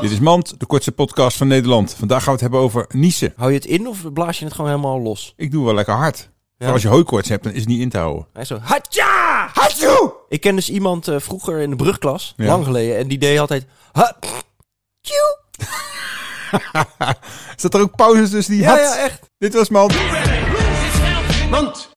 Dit is Mand, de kortste podcast van Nederland. Vandaag gaan we het hebben over niezen. Hou je het in of blaas je het gewoon helemaal los? Ik doe wel lekker hard. Maar Als je hooikoorts hebt, dan is het niet in te houden. Hij zo, hatja! Ik ken dus iemand eh, vroeger in de brugklas, Ja. lang geleden, en die deed altijd... Ha, tjoe. Zat er ook pauzes tussen die ja, had? ja, echt. Dit was Mand.